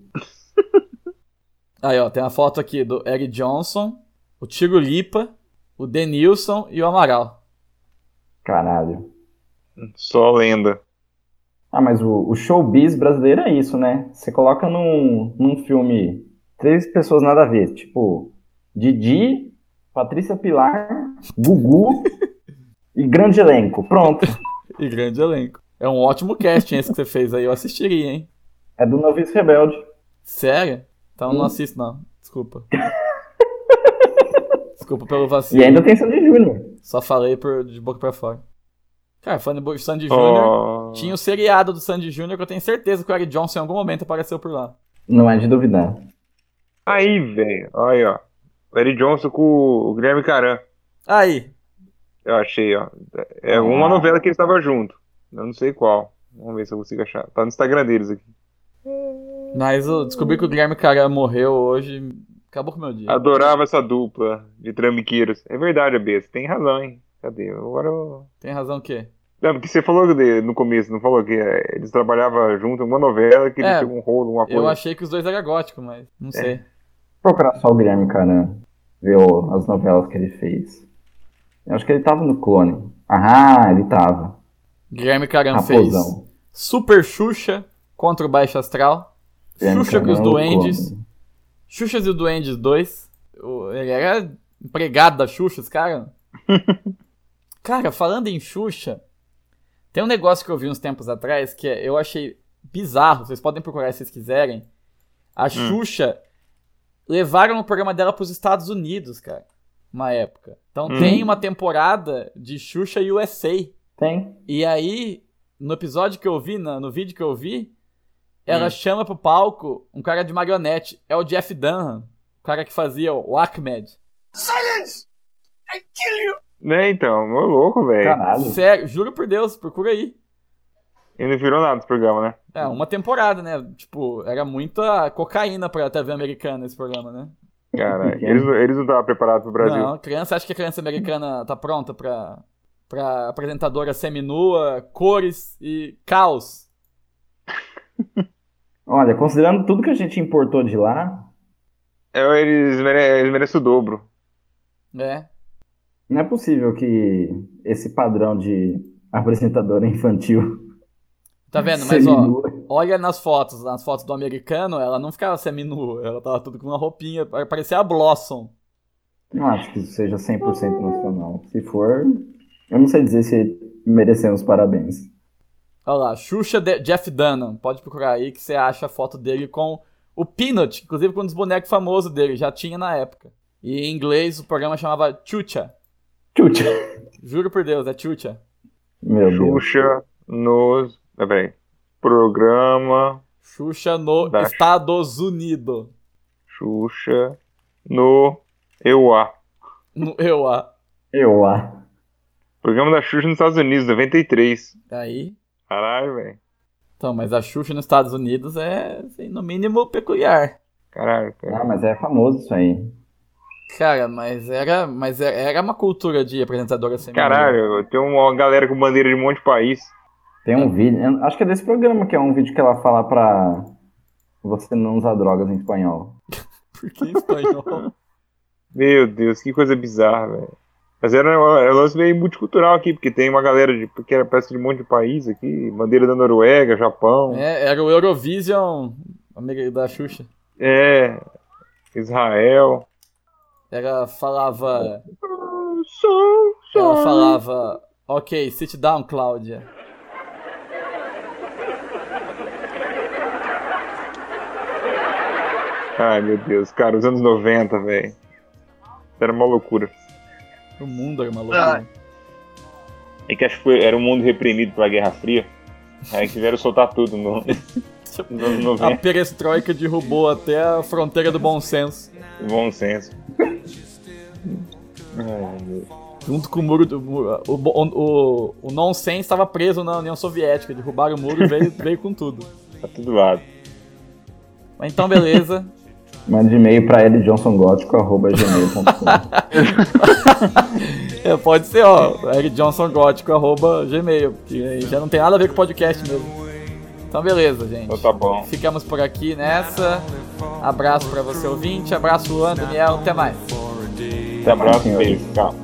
Aí, ó, tem uma foto aqui do Eric Johnson, o Tiro Lipa, o Denilson e o Amaral.
Caralho.
Só lenda.
Ah, mas o, o showbiz brasileiro é isso, né? Você coloca num, num filme três pessoas nada a ver, tipo Didi, Patrícia Pilar, Gugu e grande elenco. Pronto.
E grande elenco. É um ótimo casting esse que você fez aí, eu assistiria, hein?
É do Noviço Rebelde.
Sério? Então não
Hum.
assisto, não. Desculpa. Desculpa pelo vacilo.
E ainda tem Sandy Júnior.
Só falei por, de boca pra fora. Cara, fã do Sandy Júnior.
Oh,
Tinha o seriado do Sandy Júnior que eu tenho certeza que o Eric Johnson em algum momento apareceu por lá.
Não é de duvidar.
Aí, velho. Aí, ó. O Eric Johnson com o Guilherme Caran.
Aí,
Eu achei, ó. É uma novela que eles estavam junto. Eu não sei qual. Vamos ver se eu consigo achar. Tá no Instagram deles aqui.
mas eu descobri que o Guilherme Caran morreu hoje. Acabou com o meu dia.
Adorava essa dupla de trambiqueiros. É verdade, Abessa. Tem razão, hein? Cadê? Agora eu.
Tem razão o quê?
Não, porque você falou de- no começo, não falou que é, eles trabalhavam junto em uma novela, que
É,
eles tinham um rolo, uma
Eu
coisa.
achei que os dois eram góticos, mas
É.
não sei.
Procurar só o Guilherme Caran, ver o- as novelas que ele fez. Eu acho que ele tava no clone. Ah, ele tava.
Guilherme Caram fez
Raposão.
Super Xuxa contra o Baixo Astral,
Guilherme
Xuxa com
Caran
os
é o
Duendes,
clone.
Xuxas e o Duendes 2. O- Ele era empregado da Xuxa, esse cara. cara, falando em Xuxa, tem um negócio que eu vi uns tempos atrás que é- eu achei bizarro. Vocês podem procurar se vocês quiserem. A Xuxa levaram o programa dela para os Estados Unidos, cara. Uma época. Então
Hum.
tem uma temporada de Xuxa USA.
Tem?
E aí, no episódio que eu vi, na- no vídeo que eu vi, ela chama pro palco um cara de marionete. É o Jeff Dunham, o cara que fazia o Ahmed.
Né, então, meu louco, velho.
Caralho.
Sério, juro por Deus, procura aí.
E não virou nada do programa, né?
É, uma temporada, né? Tipo, era muita cocaína pra TV americana esse programa, né?
Cara, eles, eles não estavam preparados pro Brasil.
Não, criança, acho que a criança americana tá pronta pra, pra apresentadora seminua, cores e caos.
Olha, considerando tudo que a gente importou de lá,
É, Eles, mere- eles merecem o dobro.
né?
não é possível que esse padrão de apresentadora infantil.
Tá vendo? Mas ó,
seminua.
Olha nas fotos, nas fotos do americano, ela não ficava seminua, ela tava tudo com uma roupinha, pare- parecia a Blossom.
Não acho que isso seja 100% nacional. Se for, eu não sei dizer se merecemos parabéns.
Olha lá, Xuxa de- Jeff Dunham, pode procurar aí que você acha a foto dele com o Peanut, inclusive com um dos bonecos famosos dele, já tinha na época. E em inglês o programa chamava Chucha,
Tchutchu.
juro por Deus, é Chucha.
Meu Deus.
Xuxa nos. Ah, peraí. Programa
Xuxa no
Da-
Estados Unidos,
Xuxa no EUA.
no EUA.
Eu lá.
Programa da Xuxa nos Estados Unidos, 93.
Aí,
Caralho, velho.
então, mas a Xuxa nos Estados Unidos é, assim, no mínimo, peculiar.
Caralho, cara.
Ah, mas é famoso isso aí.
Cara, mas era, mas era- era uma cultura de apresentadora seminal.
Caralho, tem uma galera com bandeira de um monte de país.
Tem um vídeo, eu acho que é desse programa que é um vídeo que ela fala pra você não usar drogas em espanhol.
Por que espanhol?
Meu Deus, que coisa bizarra, velho. Mas era é um lance meio multicultural aqui, porque tem uma galera de. Porque era peça de um monte de país aqui. Bandeira da Noruega, Japão.
é, era o Eurovision amiga da Xuxa.
É, Israel.
Ela falava.
Sou,
Ela falava. Ok, sit down, Cláudia.
Ai, meu Deus, cara, os anos 90, velho. Era uma loucura.
O mundo era uma loucura.
É que acho que foi- era um mundo reprimido pela Guerra Fria. Aí quiseram soltar tudo no, nos anos
A
90.
perestroika derrubou até a fronteira do bom senso.
Bom senso. Ai, meu Deus.
Junto com o muro do. mu- O, bo- o, o, o nonsense estava preso na União Soviética. Derrubaram o muro e veio, veio com tudo.
Tá tudo lado.
Mas então, beleza.
Mande e-mail pra ljohnsongótico.gmail.com
É, pode ser, ó, Eric Johnson Gótico, arroba gmail, que aí já não tem nada a ver com podcast mesmo. Então beleza, gente.
Então tá bom.
Ficamos por aqui nessa. Abraço pra você ouvinte, abraço Luan, Daniel, até mais.
Até a próxima. Beijo. Tchau.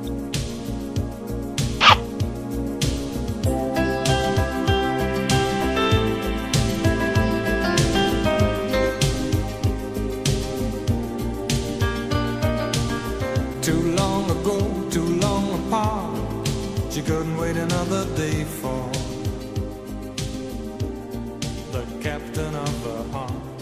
Too long ago, too long apart. She couldn't wait another day for the captain of her heart.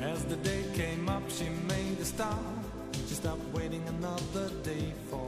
As the day came up, she made a stop. She stopped waiting another day for